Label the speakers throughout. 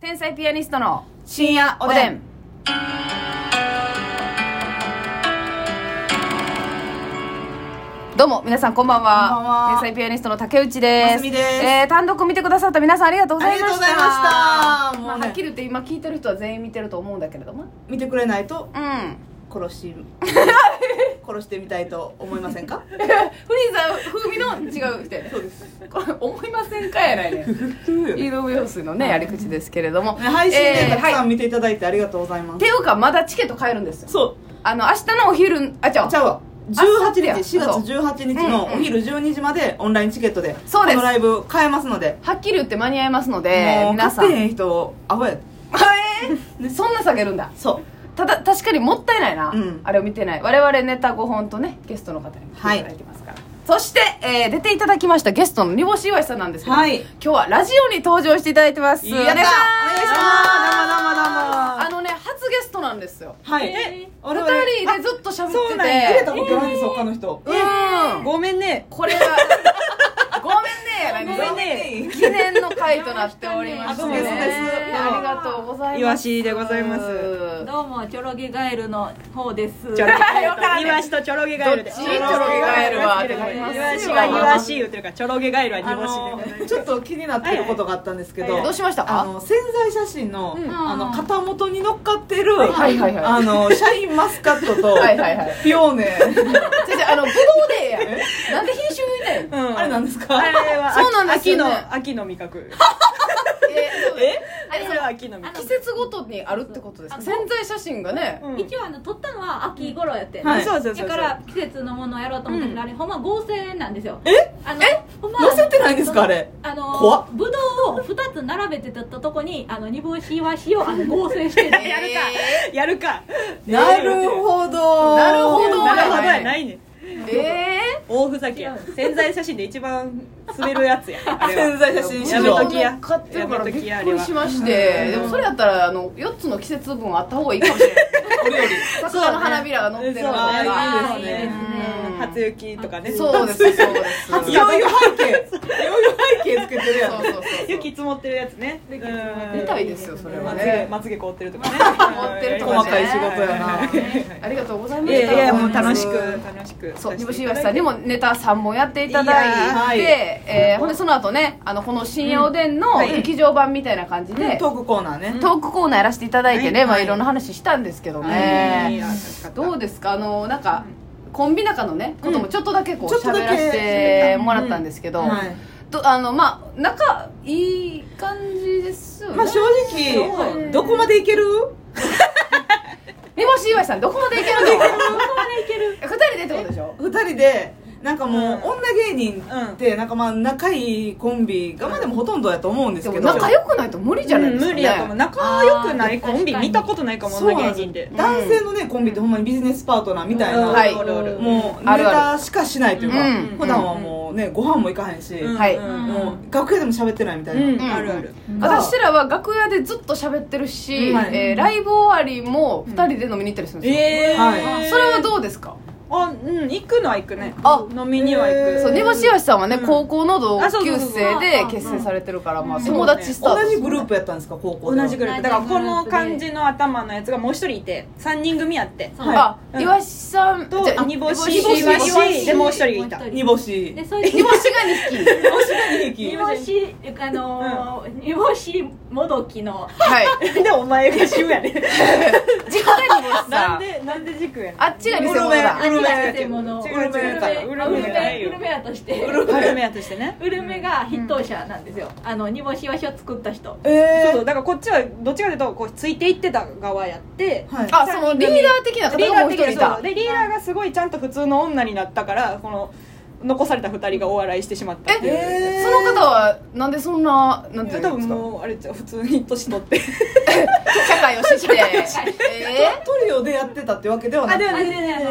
Speaker 1: 天才ピアニストの
Speaker 2: 深夜お
Speaker 1: お
Speaker 2: で
Speaker 1: で
Speaker 2: ん
Speaker 1: ん。どうも皆さんこんばんは。
Speaker 2: こんばんは
Speaker 1: 天才ピアニストの竹内です。
Speaker 2: ますみです
Speaker 1: えー単独見てくださった皆さんありがとうございました。
Speaker 2: ありがとうございました
Speaker 1: まあ
Speaker 2: もうね
Speaker 1: はっきり言って今聞いてる人は全員見てると思うんだけれども。
Speaker 2: 見てくれないと
Speaker 1: うん。
Speaker 2: 殺 し殺してみたいと思いませ んか
Speaker 1: フリーザ風味の違う人やね。
Speaker 2: そうです
Speaker 1: これ思いませんかやないね。井上陽水のねやり口ですけれども。
Speaker 2: 配信でたく
Speaker 1: えー
Speaker 2: さ
Speaker 1: はい
Speaker 2: ん見ていただいてありがとうございま
Speaker 1: っ
Speaker 2: す、
Speaker 1: ていうかまだチケット買えるんですよ。
Speaker 2: そ
Speaker 1: あの明日のお昼あちゃ
Speaker 2: うちゃうわ18日
Speaker 1: あそう
Speaker 2: 4
Speaker 1: や
Speaker 2: 月18日のお昼12時までオンラインチケットで
Speaker 1: そうです
Speaker 2: このライブ買えますので、
Speaker 1: はっきり言って間に合いますので
Speaker 2: もう
Speaker 1: 皆さん
Speaker 2: 買ってへん人アホや
Speaker 1: えーそんな下げるんだ
Speaker 2: そう
Speaker 1: ただ確かにもったいないな、
Speaker 2: うん
Speaker 1: あれを見てない我々ネタ5本とねゲストの方にも来ていただいてますから、そして、えー出ていただきましたゲストの煮干し岩井さんなんですけど、
Speaker 2: はい
Speaker 1: 今日はラジオに登場していただいてます
Speaker 2: やった
Speaker 1: お願いします
Speaker 2: どうもどうもどうも
Speaker 1: あのね初ゲストなんですよ
Speaker 2: はい
Speaker 1: え
Speaker 2: 我々
Speaker 1: 2人でずっと喋ってて
Speaker 2: そうなんやくれたことないんですよ他の人
Speaker 1: うん
Speaker 2: ごめんね
Speaker 1: これはごめんねやら
Speaker 2: ごめんね
Speaker 1: 記念の回となっておりまして
Speaker 2: あそう
Speaker 1: ね
Speaker 2: ですです
Speaker 1: ありがとうございます
Speaker 2: いわしでございます
Speaker 1: ど
Speaker 3: どうもチョロゲガエルの方です。
Speaker 4: チョロゲ ガエル
Speaker 1: よかった
Speaker 4: イワシとチョロゲガエル
Speaker 1: ど
Speaker 4: で
Speaker 1: っ
Speaker 4: す
Speaker 1: ち
Speaker 4: チ
Speaker 1: チ
Speaker 4: ョ
Speaker 1: ョ
Speaker 4: ロ
Speaker 1: ロ
Speaker 4: ゲ
Speaker 1: ゲ
Speaker 4: ガ
Speaker 1: ガ
Speaker 4: エ
Speaker 1: エ
Speaker 4: ル
Speaker 1: ル
Speaker 4: は
Speaker 1: は
Speaker 4: イワシ
Speaker 1: あ
Speaker 4: は
Speaker 1: り
Speaker 4: イ
Speaker 1: ますよ
Speaker 4: ワシ言うてるからチョロゲガエルは煮
Speaker 2: あ
Speaker 4: 干し
Speaker 2: の
Speaker 4: でございます
Speaker 2: ちょっと気になってることがあったんですけど、
Speaker 4: はいは
Speaker 1: うしました
Speaker 2: あの潜在写真の,、
Speaker 1: うん
Speaker 2: あの肩元に乗っかってる、
Speaker 1: はいはいはい
Speaker 2: あのシャインマスカットと
Speaker 1: はいはいはい
Speaker 2: ピオーネ
Speaker 1: 先生あのブドウでええやんなんで品種みたい な
Speaker 4: うん
Speaker 2: あれなんですか
Speaker 4: あれは
Speaker 1: そうなんですよね
Speaker 4: 秋の秋の味覚
Speaker 1: え
Speaker 4: あれそれは秋の味
Speaker 3: あ
Speaker 4: 覚
Speaker 1: 季節ごとにあるってことですか
Speaker 3: あ
Speaker 1: 潜在写真がね
Speaker 4: うん
Speaker 3: 一応あの撮ったのは秋頃やって、
Speaker 2: はい
Speaker 4: そうそうそうそう
Speaker 3: だから季節のものをやろうと思ったけど、あれほんま合成なんですよ。
Speaker 2: え
Speaker 3: あのほんま
Speaker 2: 乗せてないんですかあれ
Speaker 3: あの
Speaker 2: 怖っ
Speaker 3: ぶどうを二つ並べてたとこにあの煮干しわしをあの合成して
Speaker 1: えー
Speaker 3: やるか。
Speaker 4: やるか
Speaker 2: なるほど
Speaker 1: なるほ
Speaker 4: なるほ
Speaker 1: ど
Speaker 4: どやないねん
Speaker 1: え
Speaker 4: 大ふざけや
Speaker 3: 違
Speaker 4: 潜在写真で一番滑るやつやあれ
Speaker 2: 潜
Speaker 4: は
Speaker 2: 在写真
Speaker 1: ー
Speaker 2: 史
Speaker 4: やめ
Speaker 2: 上
Speaker 4: ときや
Speaker 1: 買ってるからび
Speaker 4: やめ
Speaker 1: っく
Speaker 4: ときや
Speaker 1: りしましてでもそれやったらあの4つの季節分あった方がいいかもしれない
Speaker 2: お料理
Speaker 1: 桜の花びらが乗ってるのと
Speaker 4: そうだね
Speaker 1: か
Speaker 2: あ
Speaker 3: あ
Speaker 2: ーいいですね
Speaker 1: うん
Speaker 4: 初雪とかね
Speaker 1: そうですそうです
Speaker 2: いよいよ背景いよいよ背景つけてるやん
Speaker 1: そうそうそうそ う
Speaker 4: 雪積もってるやつねうん
Speaker 1: 見たいですよそれは
Speaker 4: まつ
Speaker 1: ね
Speaker 4: げまつげ凍ってるとかね
Speaker 1: 凍ってるとかね
Speaker 2: 細かい仕事やな
Speaker 1: ありがとうござい
Speaker 4: い
Speaker 1: ました
Speaker 4: やいやもう楽しく
Speaker 2: うん
Speaker 4: 楽しく
Speaker 1: そう、煮
Speaker 4: さ
Speaker 1: 干
Speaker 4: せ
Speaker 1: して
Speaker 4: い
Speaker 1: 岩
Speaker 4: た
Speaker 1: 瀬さ
Speaker 4: だいて
Speaker 1: んにもネタ3本やっていた
Speaker 2: いやー
Speaker 1: だ
Speaker 2: はい
Speaker 1: いて、えーほんでその後ね、あの、この深夜おでんの
Speaker 4: はい
Speaker 1: 劇場版みたいな感じで、
Speaker 2: トークコーナーね
Speaker 1: トークコーナーやらせていただいてね、
Speaker 4: はい
Speaker 1: まあいろんな話したんですけど
Speaker 4: はい
Speaker 1: ね。
Speaker 4: 楽しかった
Speaker 1: どうですかあの、なんか、コンビ仲のね、こともちょっとだけこう、
Speaker 2: ちょっとだけ
Speaker 1: 喋らせてもらったんですけど、
Speaker 2: はい
Speaker 1: とあの、まあ、仲いい感じですよね。
Speaker 2: まあ正直どこまでいける
Speaker 1: 煮干し岩井さん、どこまでいけるのどこまでいけ る二人でってことでしょ
Speaker 2: 二人でなんかもう、
Speaker 4: うん
Speaker 2: 女芸人ってなんかまあ仲いいコンビがまあでもほとんどやと思うんです
Speaker 1: で
Speaker 2: け
Speaker 1: も
Speaker 2: ど
Speaker 1: 仲良くないと無理じゃないですか、ね
Speaker 4: 無理やと思う仲良くないコンビ
Speaker 3: あー
Speaker 4: 見たことないかも
Speaker 2: そう
Speaker 4: 女
Speaker 2: な
Speaker 4: 芸
Speaker 2: んです
Speaker 4: 人で
Speaker 2: 男性のねコンビってほんまにビジネスパートナーみたいな、
Speaker 4: うん
Speaker 1: はい
Speaker 4: おるおる
Speaker 2: もう
Speaker 1: あ
Speaker 2: ネ
Speaker 1: るある
Speaker 2: タしかしないというか、
Speaker 1: うん
Speaker 2: 普段はもうねご飯も行かへんし、
Speaker 4: うん
Speaker 1: はい
Speaker 4: うん
Speaker 2: もう楽屋でも喋ってないみたいな、
Speaker 4: うん
Speaker 1: ん
Speaker 4: あるある
Speaker 1: 私らは楽屋でずっと喋ってるし、
Speaker 2: うんはい
Speaker 1: えーライブ終わりも2人で飲みに行ったりするんですよ、
Speaker 4: え
Speaker 2: はい
Speaker 1: それはどうですか、
Speaker 4: あうん行くのは行くね
Speaker 1: あ
Speaker 4: 飲みには行
Speaker 2: えー
Speaker 4: く
Speaker 1: そう根橋岩さんはね、
Speaker 4: うん
Speaker 1: 高校の同
Speaker 4: あそうそう
Speaker 1: 級
Speaker 4: そう
Speaker 1: 生で結成されてるから、まあ、友達スタート
Speaker 2: 同じグループやったんですか高校では
Speaker 4: 同じぐらいだからこの感じの頭のやつがもう一人いて3人組やって
Speaker 3: そう
Speaker 2: はい
Speaker 1: あ、
Speaker 4: うん
Speaker 1: 岩しさん
Speaker 4: と
Speaker 1: じゃあ
Speaker 4: 煮干し
Speaker 1: 煮干し
Speaker 2: 煮干
Speaker 1: 煮干し
Speaker 2: し
Speaker 4: でもう一人いた
Speaker 3: もう
Speaker 2: 煮
Speaker 3: 一人
Speaker 2: 干し
Speaker 3: でそいつ
Speaker 1: 煮干しが2匹
Speaker 3: 煮干しあのー煮干しもどきの
Speaker 1: はい
Speaker 4: でお前が主やね
Speaker 1: 実家に煮干し
Speaker 4: な
Speaker 1: さ
Speaker 4: ん
Speaker 1: ん
Speaker 4: でなんで軸やね
Speaker 1: あっちが偽物だ
Speaker 2: ウルメ
Speaker 3: あっちが偽物
Speaker 4: 違
Speaker 3: ウル
Speaker 4: う違う
Speaker 3: メ
Speaker 4: 違うウルメじゃない
Speaker 3: ウ
Speaker 4: よ
Speaker 3: ルメ屋として
Speaker 4: ウルメやとしてね
Speaker 3: ウルメが筆頭者なんですよあの煮干しわしを作った人
Speaker 2: え
Speaker 4: そう
Speaker 2: え
Speaker 4: そうだからこっちはどっちかというとこうついていってた側やって
Speaker 2: はい
Speaker 1: あそのリーダー的な方
Speaker 4: リー
Speaker 1: が
Speaker 4: ダ
Speaker 1: も
Speaker 4: ー
Speaker 1: う
Speaker 4: 的
Speaker 1: 一人いた
Speaker 4: そうでリーダーがすごいちゃんと普通の女になったからこの残された二人がお笑いしてしまったっていう
Speaker 2: え
Speaker 1: その方はなんでそんななんてい
Speaker 4: 多
Speaker 1: うんで
Speaker 4: 分
Speaker 1: すか
Speaker 4: もうあれじゃう普通に年取って
Speaker 1: 社会を知ってえー
Speaker 2: トリオでやってたってわけではな
Speaker 4: あ
Speaker 2: く
Speaker 4: で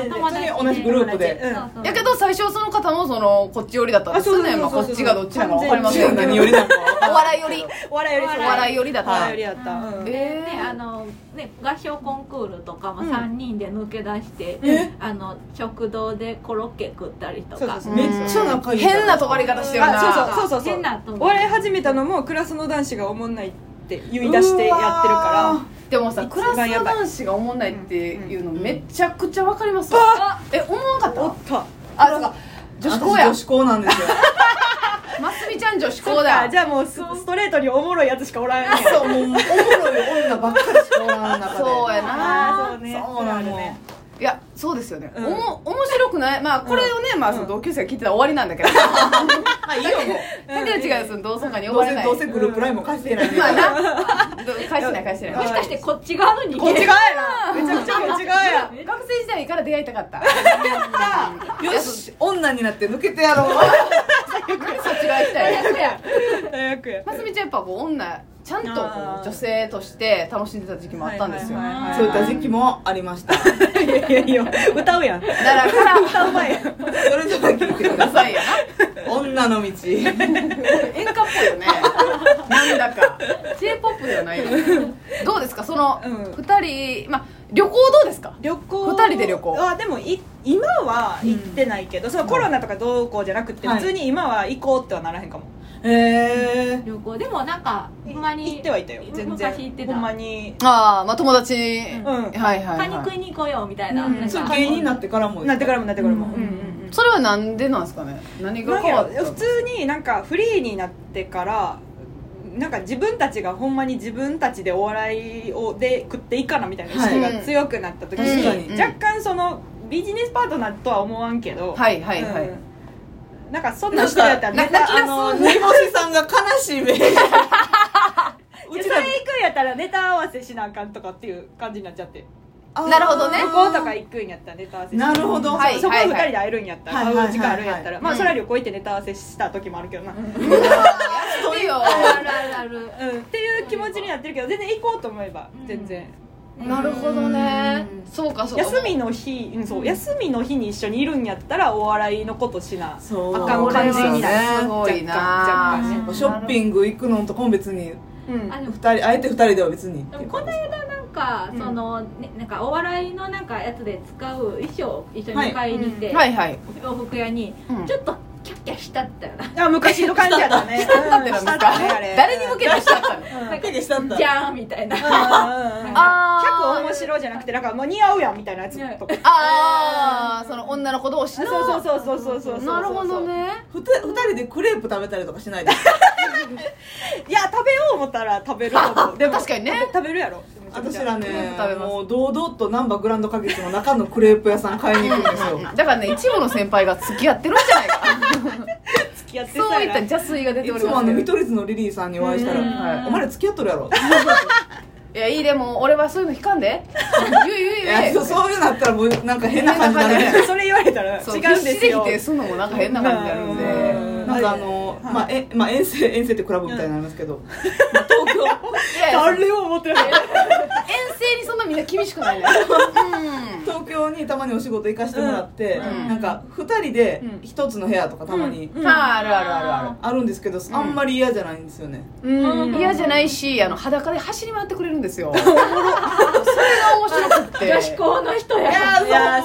Speaker 2: て
Speaker 4: もね
Speaker 2: 普通に同じグループで
Speaker 4: うん
Speaker 3: そうそう
Speaker 1: やけど最初その方もそのこっち寄りだったんですよね
Speaker 4: あ
Speaker 1: ま
Speaker 4: そ
Speaker 1: あ
Speaker 4: うそ
Speaker 1: こ
Speaker 4: うそうそ
Speaker 1: っちがどっ
Speaker 4: う
Speaker 1: ちなのか分かりませんけど
Speaker 2: 何よりなのか
Speaker 1: お笑い寄り
Speaker 4: お笑いよ り
Speaker 3: お
Speaker 4: そう
Speaker 1: お笑い
Speaker 4: よ
Speaker 1: 寄りだっ
Speaker 4: お
Speaker 1: た
Speaker 4: 笑いよりやったうん
Speaker 1: えー
Speaker 3: でねあのね合唱コンクールとかも
Speaker 4: うん
Speaker 3: 3人で抜け出して、あの食堂でコロッケ食ったりと
Speaker 4: そうそ
Speaker 3: か
Speaker 4: うそううん
Speaker 2: めっちゃ仲いい
Speaker 1: 変な尖り方してるな
Speaker 4: あそうそうそうそうそう
Speaker 3: 変なと思う
Speaker 4: お笑い始めたのもクラスの男子がおもんないってって言い出してやってる
Speaker 2: うわ
Speaker 4: か
Speaker 1: でもさ
Speaker 4: 一
Speaker 1: ク
Speaker 4: 番や
Speaker 1: ラス
Speaker 4: ばい
Speaker 1: の男子が思わないっていうの
Speaker 4: うんうん
Speaker 1: めちゃくちゃわかります
Speaker 4: あ
Speaker 1: わえ思わな
Speaker 4: らお
Speaker 1: かっ
Speaker 4: った
Speaker 1: たあそうか女子校
Speaker 2: 私
Speaker 1: や
Speaker 2: 女子校なんですよ
Speaker 1: ますみちゃん女子
Speaker 4: そ
Speaker 1: 校
Speaker 4: うだ
Speaker 1: だ
Speaker 4: じゃあもうスストレートにおもろいやつしかおらんやん
Speaker 2: そうもうおもろい女ばっかりしかおらん中で
Speaker 1: そうや
Speaker 4: あ
Speaker 1: な
Speaker 4: ーそうね
Speaker 2: そうなのよ
Speaker 1: いやそうですよね、
Speaker 4: うん
Speaker 1: おも面白くないまあこれをね、まあその同級生が聞いてたら終わりなんだけど、
Speaker 2: あいいよもう
Speaker 1: 竹内がその同窓会に呼
Speaker 2: どう
Speaker 1: ばれ
Speaker 2: せ
Speaker 1: ない
Speaker 2: どうせグループラインも返してないんで
Speaker 1: まあなど返してない返して
Speaker 4: は
Speaker 1: ないい
Speaker 3: もしかしてこっち側の人
Speaker 4: こっ
Speaker 3: 間
Speaker 4: ち側やなめちゃくちゃこっち側や
Speaker 1: 学生時代から出会いたかった
Speaker 2: よし女になって抜けてやろう
Speaker 1: そっちが行きたい
Speaker 4: 大学や
Speaker 1: ますみちゃんやっぱこう女ちゃんとこう
Speaker 4: あー
Speaker 1: 女性として楽しんでた時期もあったんですよ、
Speaker 4: はいはいはい
Speaker 2: そういった時期もありましたそ
Speaker 4: いやいやいや歌うやん歌
Speaker 1: だからから
Speaker 4: うまいやん
Speaker 2: れでは聞いてくだ
Speaker 1: ダ
Speaker 2: さ
Speaker 1: サ
Speaker 2: い
Speaker 1: いよ
Speaker 2: 女の道
Speaker 1: な演歌っぽいよねなんだか j p o p ではないよねどうですかその
Speaker 4: うん
Speaker 1: 二人、まあ旅行どうですか
Speaker 4: 旅行
Speaker 1: 二人で旅行
Speaker 4: あでもい今は行ってないけど、そのコロナとかどうこうじゃなくて、
Speaker 2: はい
Speaker 4: 普通に今は行こうってはならへんかも
Speaker 2: へえ
Speaker 3: 旅行でもなんかほんまに
Speaker 4: 行ってはいたよ全然
Speaker 3: 昔行って
Speaker 4: ほんま
Speaker 3: た
Speaker 4: に
Speaker 1: ああまあ友達、
Speaker 4: ん
Speaker 1: はいはい、は
Speaker 3: カニ
Speaker 1: い、
Speaker 3: 食いに行こうよみたいな,、
Speaker 4: うん
Speaker 3: なん
Speaker 2: そ
Speaker 3: か
Speaker 2: れ芸人になってからも
Speaker 4: なってかららもなってからも、
Speaker 3: うん
Speaker 4: うんうん
Speaker 1: それはなんでなんですかね何
Speaker 4: な
Speaker 1: が
Speaker 4: ん
Speaker 1: 変
Speaker 4: や
Speaker 1: わ
Speaker 4: ろ
Speaker 1: った
Speaker 4: 普通になんかフリーになってからなんか自分たちがほんまに自分たちでお笑いをで食っていいかなみたいな意識
Speaker 1: はい
Speaker 4: が強くなった
Speaker 1: う
Speaker 4: 時
Speaker 1: ん
Speaker 4: に、
Speaker 2: 確か
Speaker 1: に
Speaker 4: 若干そのビジネスパートナーとは思わんけど
Speaker 1: はいはいはい、
Speaker 4: うんなんかそんな人やったら
Speaker 1: なん
Speaker 4: ネ
Speaker 1: か泣
Speaker 4: タ
Speaker 1: き出す
Speaker 4: あの
Speaker 2: 煮干しさんが悲しい目
Speaker 4: いやそれ行くんやったらネタ合わせしなあかんとかっていう感じになっちゃって
Speaker 2: あー
Speaker 1: なるほどね
Speaker 4: 旅行とか行くんやったらネタ合わせし
Speaker 2: なるほど
Speaker 1: はい
Speaker 4: そこで2人で会えるんやったら、
Speaker 2: はい
Speaker 4: 会う時間あるんやったら、
Speaker 2: はいはい
Speaker 4: ま
Speaker 1: う
Speaker 4: あ
Speaker 1: ん
Speaker 4: それは旅行行ってネタ合わせした時もあるけどな、うん
Speaker 1: そう よ
Speaker 3: あるあるある
Speaker 4: っていう気持ちになってるけど全然行こうと思えば
Speaker 3: うん
Speaker 4: 全然、
Speaker 1: なるほどねそうかそうか
Speaker 4: 休みの日うんそう休みの日に一緒にいるんやったらお笑いのことしな
Speaker 2: そう
Speaker 4: あかん感じになる
Speaker 1: すごいな
Speaker 4: 若干
Speaker 3: うん
Speaker 2: ショッピング行くのとかも別に
Speaker 4: 若干うん
Speaker 3: あ
Speaker 2: 二
Speaker 3: でも
Speaker 2: 人あえて二人では別に
Speaker 3: でもこの間なんか、
Speaker 4: うん
Speaker 3: そのねなんかお笑いのなんかやつで使う衣装を一緒に買いに行って、
Speaker 1: はいはい、
Speaker 3: 洋服屋に、
Speaker 1: うん
Speaker 3: ちょっとキャッキャしたったよな、
Speaker 4: あ昔の感じやったね
Speaker 1: だってなんですか、
Speaker 4: うんあれ
Speaker 1: 誰に向けてした ったの
Speaker 4: うん
Speaker 3: なんか
Speaker 2: 手でしたんだ
Speaker 3: じゃーんみたいな
Speaker 1: あー
Speaker 4: 100面白いじゃなくてなんかもう似合うやんみたいなやつとか
Speaker 1: ああその女の子同士
Speaker 4: そう
Speaker 1: の
Speaker 4: そうそうそうそうそうそう
Speaker 1: なるほどね
Speaker 2: ふた二人でクレープ食べたりとかしないですか
Speaker 4: いや食べよう思ったら食べると思うでも
Speaker 1: 確かにね
Speaker 4: 食べるやろめちゃめ
Speaker 2: 私
Speaker 4: ちゃ
Speaker 2: ら
Speaker 1: クレー
Speaker 2: ね
Speaker 1: プ食べます
Speaker 2: もう堂々となんばグランド花月の中のクレープ屋さん買いに行くんですよ
Speaker 1: だからね一部の先輩が付き合ってるんじゃないか
Speaker 4: 付き合って
Speaker 1: そういった
Speaker 4: さ
Speaker 1: 邪推が出て
Speaker 2: い
Speaker 1: おり
Speaker 2: つも
Speaker 1: ま
Speaker 2: あ
Speaker 1: す
Speaker 2: の見
Speaker 1: けど
Speaker 2: 取り図のリリーさんにお会いしたら
Speaker 4: うん
Speaker 2: はい「お前ら付き合っとるやろ」
Speaker 1: いやいいでも俺はそういうの引かんでゆいゆい ゆ
Speaker 2: い
Speaker 1: い
Speaker 2: やそうそういうなったらもうなんか変な感じに
Speaker 1: 変な感
Speaker 2: なる
Speaker 1: じになる
Speaker 4: それ言われたら違
Speaker 1: そう
Speaker 4: うんですよ
Speaker 1: 必死で否定するのもなんか変な感じになるんで
Speaker 4: うん
Speaker 2: なんかあの、
Speaker 4: はい
Speaker 2: まあ、え、まあ、遠征、遠征ってクラブみたいになりますけど。東京。
Speaker 1: いやいや
Speaker 4: 誰も思ってない
Speaker 1: 遠征にそんなみんな厳しくないねうん
Speaker 2: 東京にたまにお仕事行かしてもらって、
Speaker 1: うん
Speaker 2: なんか二人で
Speaker 4: うん
Speaker 2: 一つの部屋とかたまに
Speaker 4: うん
Speaker 1: あーあるあるあるあ
Speaker 2: あるんですけど、あんまり嫌じゃないんですよね。
Speaker 1: る嫌じゃないしあの裸で走り回ってくれるん ですよそれが面白くって
Speaker 3: 女子校の人や
Speaker 4: いやーそうや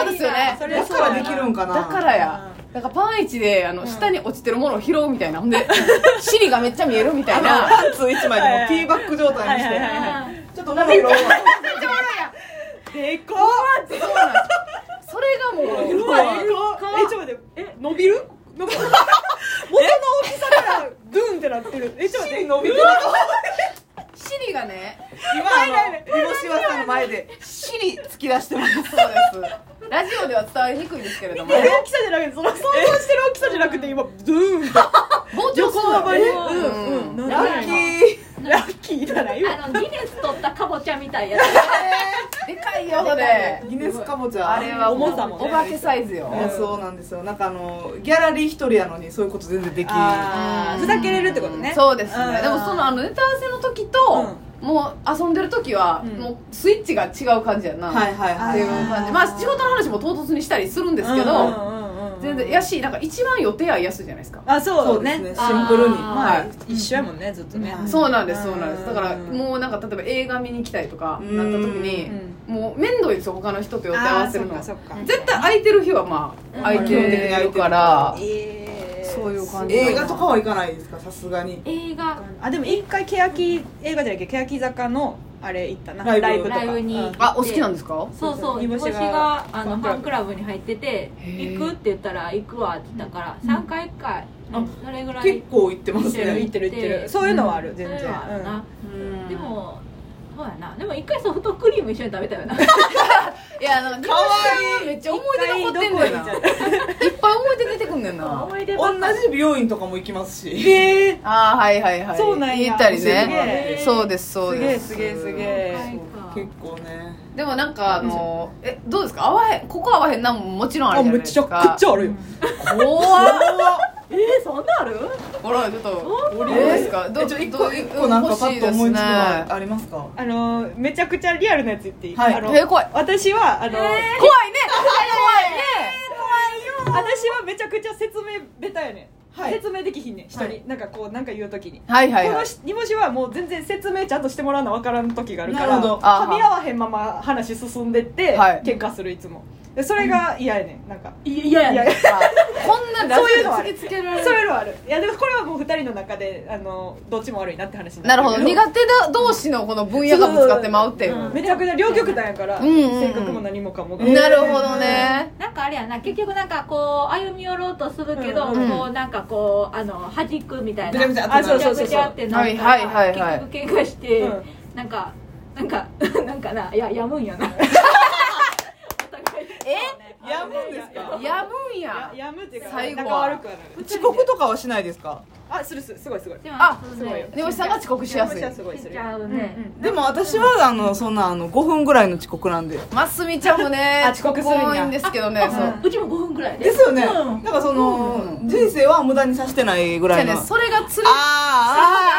Speaker 1: あそうですよね
Speaker 4: それ
Speaker 2: だ
Speaker 4: はそう
Speaker 2: から
Speaker 4: や
Speaker 2: できるんかな。
Speaker 1: だからやだからパンイチであの、下に落ちてるものを拾うみたいなほんで 尻がめっちゃ見えるみたいな
Speaker 2: パンツ一枚でもうティーバッグ状態にして、
Speaker 4: はいはいはい
Speaker 3: あ
Speaker 2: ちょっとなんか色々
Speaker 4: でこ
Speaker 1: そうなんです それがもう
Speaker 4: うわでこえちょっと待ってえ伸びる伸びる元の大きさからドゥンってなってるえちょっと待って伸びる
Speaker 1: 尻がね
Speaker 2: 今あの、 煮干しわさんの前で、シリ突き出してます。
Speaker 1: そうですラジオでは伝わりにくいですけれども
Speaker 4: 大きさじゃなくてその想像してる大きさじゃなくて今ドゥーンと
Speaker 1: 膨張するの
Speaker 4: 幅に
Speaker 1: うん
Speaker 4: うんうん
Speaker 2: ラッキー。
Speaker 4: ラッキーだな今
Speaker 3: のギネス取ったかぼちゃみたいやつ
Speaker 1: でかいよそれ
Speaker 2: ギネスかぼちゃ。
Speaker 1: あれは
Speaker 4: 重さもね
Speaker 1: お化けサイズよ
Speaker 2: いやそうなんですよなんかあのギャラリー一人やのにそういうこと全然できあ
Speaker 4: あーふざけれるってことね
Speaker 1: そうです
Speaker 4: ん
Speaker 1: ねでもそのあのネタ合わせの時と、もう遊んでる時は、
Speaker 4: うん
Speaker 1: もうスイッチが違う感じやな、
Speaker 2: はいはい
Speaker 1: っ
Speaker 2: は
Speaker 1: て
Speaker 2: い
Speaker 1: いう感じまあ仕事の話も唐突にしたりするんですけ
Speaker 4: うん
Speaker 1: ど、
Speaker 4: うんうんうん
Speaker 1: 全然やしなんか一番予定合いやすいじゃないですか、
Speaker 4: あそう
Speaker 2: ですね
Speaker 4: ねあ
Speaker 2: シンプルに
Speaker 3: あ
Speaker 4: まあ
Speaker 1: はい
Speaker 4: 一緒やもんねずっとね
Speaker 2: うん
Speaker 1: そうなんです
Speaker 4: うん
Speaker 1: そうなんですだからもうなんか例えば映画見に行きたいとかなった時に
Speaker 4: うん
Speaker 1: もう面倒いですよ他の人と予定合わせるの
Speaker 4: あー
Speaker 1: は
Speaker 4: そっかそっか
Speaker 1: 絶対空いてる日はまあ空いてるから
Speaker 4: えー
Speaker 1: そういう感じ
Speaker 2: 映画とかは行かないですかさすがに
Speaker 3: 映画
Speaker 4: あでも一回欅映画じゃなきゃ欅坂のあれ行ったな
Speaker 2: ライブ
Speaker 4: ライブとか
Speaker 3: ライブに
Speaker 4: うん
Speaker 1: あお好きなんですか
Speaker 3: そうそう
Speaker 4: 煮干
Speaker 3: 煮
Speaker 4: し
Speaker 3: 干しが
Speaker 4: が
Speaker 3: あの
Speaker 4: フ
Speaker 3: フ
Speaker 4: ァ
Speaker 3: ァ
Speaker 4: ン
Speaker 3: ン
Speaker 4: ク
Speaker 3: クラブに入ってて
Speaker 1: へ
Speaker 3: 「
Speaker 1: ー
Speaker 3: 行く?」って言ったら「行くわ」って言ったから3回か
Speaker 2: あ
Speaker 3: それぐらい
Speaker 2: 結構行ってます
Speaker 4: 行
Speaker 2: ね
Speaker 4: ってる行って
Speaker 3: う
Speaker 4: る
Speaker 3: ん
Speaker 4: そういうのはある
Speaker 3: それ
Speaker 4: 全然
Speaker 3: はあるな
Speaker 2: うん
Speaker 3: でもそうやなでも一回ソフトクリーム一緒に食べたよな
Speaker 1: いやあの煮干しはめっちゃ思い出残ってんだよないっぱい思い出出てくんねんな
Speaker 3: 思い出ば
Speaker 2: 同
Speaker 3: っかり
Speaker 2: じ美容院とかも行きますし
Speaker 4: へえ
Speaker 1: ああはいはいはい
Speaker 4: そうなんや
Speaker 1: 言ったり
Speaker 4: すげ
Speaker 1: ね
Speaker 4: え
Speaker 1: そうですそう
Speaker 4: すげ
Speaker 1: で
Speaker 4: え
Speaker 1: す
Speaker 4: すげえすげえ
Speaker 2: 結構ね
Speaker 1: でもなんかあのえどうですか合わへんここ合わへんなんももちろんあ
Speaker 4: あ
Speaker 1: るじゃな
Speaker 4: む
Speaker 1: いです
Speaker 4: ちゃ
Speaker 1: か
Speaker 4: くちゃあるよ
Speaker 1: 怖っ
Speaker 3: えー、そんなある
Speaker 1: ほらちょっとどうですかど
Speaker 2: えちょ一
Speaker 1: ど
Speaker 2: 個
Speaker 1: う
Speaker 2: 一個なんかパッと思い
Speaker 1: 欲しい
Speaker 2: つくの
Speaker 1: です
Speaker 2: は
Speaker 1: ね
Speaker 2: ありますか
Speaker 4: あのめちゃくちゃリアルなやつ言っていい
Speaker 2: はい
Speaker 4: あの
Speaker 1: えー怖い
Speaker 4: 私はあの
Speaker 1: 怖いね怖いね
Speaker 4: 私はめちゃくちゃ説明ベタやね
Speaker 2: はい
Speaker 4: 説明できひんねん人
Speaker 2: は
Speaker 4: になんかこうなんか言うときに
Speaker 1: はいはい
Speaker 4: こ
Speaker 1: は
Speaker 4: の
Speaker 1: い
Speaker 4: し煮干しはもう全然説明ちゃんとしてもらうの分からん時があるか
Speaker 2: な
Speaker 4: ら
Speaker 2: るほど
Speaker 4: 噛み合わへんまま話進んでって
Speaker 1: はい
Speaker 4: 喧嘩するいつもでそれが嫌やねんなんか
Speaker 3: いや
Speaker 4: いや
Speaker 3: いや
Speaker 1: こんなラ
Speaker 4: そういう
Speaker 1: ジ
Speaker 4: の
Speaker 1: オ
Speaker 4: はあ
Speaker 1: 突
Speaker 4: る
Speaker 1: きつけられ
Speaker 4: そう
Speaker 1: る
Speaker 4: いうのはあるいやでもこれはもう二人の中であのどっちも悪いなって話に
Speaker 1: な
Speaker 4: な
Speaker 1: る
Speaker 4: る
Speaker 1: ほど
Speaker 4: け
Speaker 1: 苦手だ同士のこの分野がぶつかってまうっていう
Speaker 3: そう
Speaker 4: めちゃくちゃ両極端やから、
Speaker 1: うんうんうん
Speaker 4: 性格も何もかもが、
Speaker 2: うん
Speaker 1: なるほどね
Speaker 3: なんかあれやな結局なんかこう歩み寄ろうとするけど、
Speaker 1: うん
Speaker 3: こうなんかこうあの弾くみたいな
Speaker 2: ぐちゃぐちゃ
Speaker 4: あそう
Speaker 3: ぐち
Speaker 4: そう
Speaker 3: ゃ
Speaker 4: そ
Speaker 3: ぐ
Speaker 4: う
Speaker 3: ち
Speaker 4: そう
Speaker 3: ゃってなったら、
Speaker 1: はいはいはいはい
Speaker 3: 結局喧嘩して、
Speaker 4: うん
Speaker 3: なんかなんか なんかないややむんやなお互い
Speaker 2: えやむんですか
Speaker 1: やむん
Speaker 4: や
Speaker 1: や
Speaker 4: やむっていうか
Speaker 1: 最後
Speaker 4: 仲
Speaker 1: は
Speaker 4: 悪くはなる
Speaker 2: 遅刻とかはしないですか
Speaker 4: あするするすごいすごい
Speaker 3: でも
Speaker 1: あ
Speaker 3: そうね
Speaker 4: すごいよ
Speaker 1: 根越さんが遅刻しやすい
Speaker 4: やむしはすごいす
Speaker 3: し
Speaker 4: る
Speaker 3: ちゃう
Speaker 4: うんう
Speaker 3: ね、
Speaker 4: ん
Speaker 2: でも私はあのそんなあの5分ぐらいの遅刻なんで
Speaker 1: ますみちゃんもね
Speaker 4: あ遅刻するんや
Speaker 1: 多いんですけどね
Speaker 3: あ
Speaker 1: そう
Speaker 3: そううちも5分くらい
Speaker 2: ですよね
Speaker 3: う
Speaker 2: なん
Speaker 3: ん
Speaker 2: かその人生は無駄にさせてないぐ
Speaker 1: じ
Speaker 2: ら
Speaker 1: ゃあ
Speaker 2: いの
Speaker 1: ねそれがつる
Speaker 2: あ